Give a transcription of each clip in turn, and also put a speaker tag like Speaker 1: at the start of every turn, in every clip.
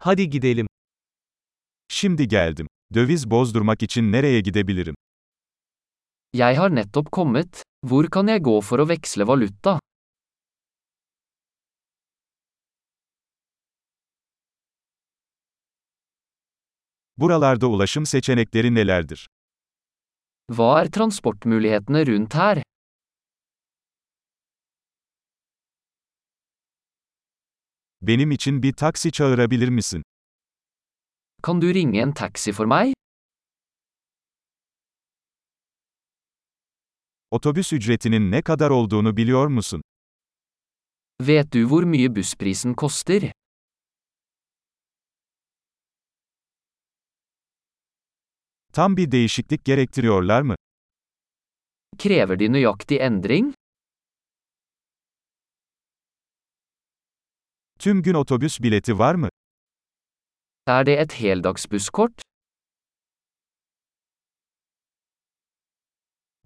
Speaker 1: Hadi gidelim.
Speaker 2: Şimdi geldim. Döviz bozdurmak için nereye gidebilirim?
Speaker 3: Jeg har nettopp kommet. Hvor kan jeg gå for å veksle valuta?
Speaker 2: Buralarda ulaşım seçenekleri nelerdir?
Speaker 3: Hva er transportmulighetene rundt her?
Speaker 2: Benim için bir taksi çağırabilir misin?
Speaker 3: Kan du ringe en taxi for meg?
Speaker 2: Otobüs ücretinin ne kadar olduğunu biliyor musun?
Speaker 3: Vet du hvor mye bussprisen koster?
Speaker 2: Tam bir değişiklik gerektiriyorlar mı?
Speaker 3: Krever de nøyaktig endring?
Speaker 2: Tüm gün otobüs bileti var mı?
Speaker 3: Er det et heldagsbusskort?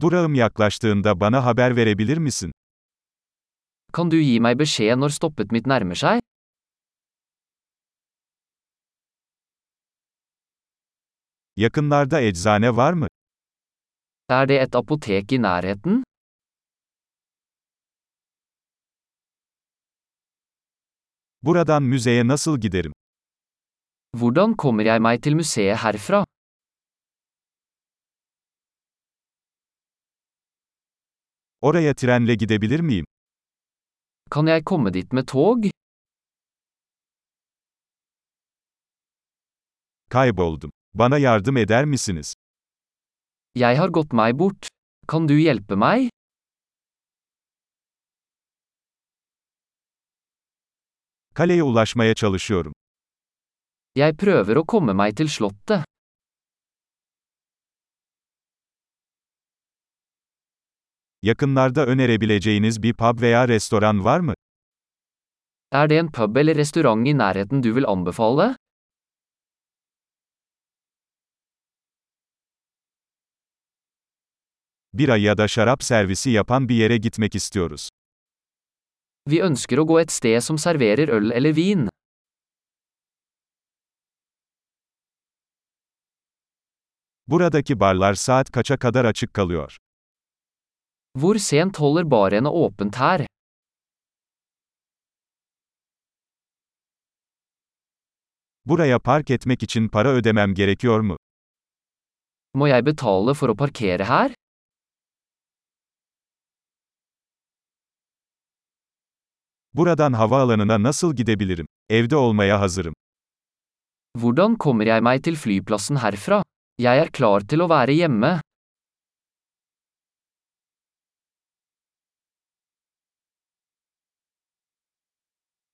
Speaker 2: Durağım yaklaştığında bana haber verebilir misin?
Speaker 3: Kan du gi meg beskjed når stoppet mitt nærmer seg?
Speaker 2: Yakınlarda eczane var mı?
Speaker 3: Er det et apotek i nærheten?
Speaker 2: Buradan müzeye nasıl giderim?
Speaker 3: Hvordan kommer jeg meg til museet herfra?
Speaker 2: Oraya trenle gidebilir miyim?
Speaker 3: Kan jeg komme dit med tog?
Speaker 2: Kayboldum. Bana yardım eder misiniz?
Speaker 3: Jeg har gått meg bort. Kan du hjelpe meg?
Speaker 2: Kaleye ulaşmaya çalışıyorum.
Speaker 3: Jeg prøver å komme meg til slottet.
Speaker 2: Yakınlarda önerebileceğiniz bir pub veya restoran var mı?
Speaker 3: Er det en pub eller restaurant i nærheten du vil anbefale?
Speaker 2: Bira ya da şarap servisi yapan bir yere gitmek istiyoruz.
Speaker 3: Vi ønsker å gå et sted som serverer øl eller vin.
Speaker 2: Buradaki barlar saat kaça kadar açık kalıyor?
Speaker 3: Hvor sent holder barene åpent her?
Speaker 2: Buraya park etmek için para ödemem gerekiyor mu?
Speaker 3: Må jeg betale for å parkere her?
Speaker 2: Buradan havaalanına nasıl gidebilirim? Evde olmaya hazırım.
Speaker 3: Hvordan kommer jeg meg til flyplassen herfra? Jeg er klar til å være hjemme.